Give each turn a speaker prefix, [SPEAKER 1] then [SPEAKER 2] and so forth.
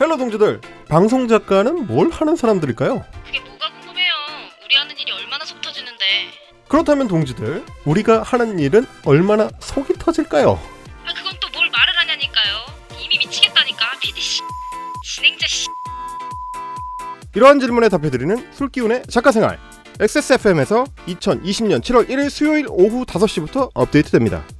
[SPEAKER 1] 헬로 동지들 방송 작가는 뭘 하는 사람들일까요?
[SPEAKER 2] 그게 뭐가 궁금해요. 우리 하는 일이 얼마나 속 터지는데.
[SPEAKER 1] 그렇다면 동지들 우리가 하는 일은 얼마나 속이 터질까요?
[SPEAKER 2] 아 그건 또 뭘 말을 하냐니까요. 이미 미치겠다니까. PD 씨. 진행자 씨.
[SPEAKER 1] 이러한 질문에 답해드리는 술기운의 작가생활 XSFM에서 2020년 7월 1일 수요일 오후 5시부터 업데이트됩니다